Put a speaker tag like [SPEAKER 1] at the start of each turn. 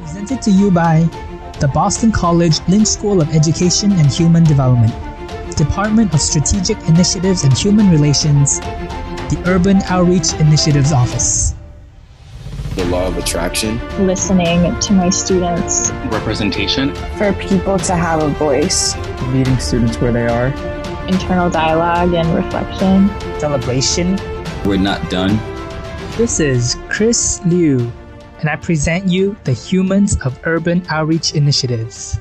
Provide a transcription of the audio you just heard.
[SPEAKER 1] Presented to you by the Boston College Lynch School of Education and Human Development, Department of Strategic Initiatives and Human Relations, the Urban Outreach Initiatives Office.
[SPEAKER 2] the law of attraction.
[SPEAKER 3] listening to my students.
[SPEAKER 4] representation.
[SPEAKER 5] for people to have a voice.
[SPEAKER 6] meeting students where they are.
[SPEAKER 3] Internal dialogue and reflection.
[SPEAKER 1] Celebration.
[SPEAKER 2] We're not done.
[SPEAKER 1] This is Chris Liu, and I present you the Humans of Urban Outreach Initiatives.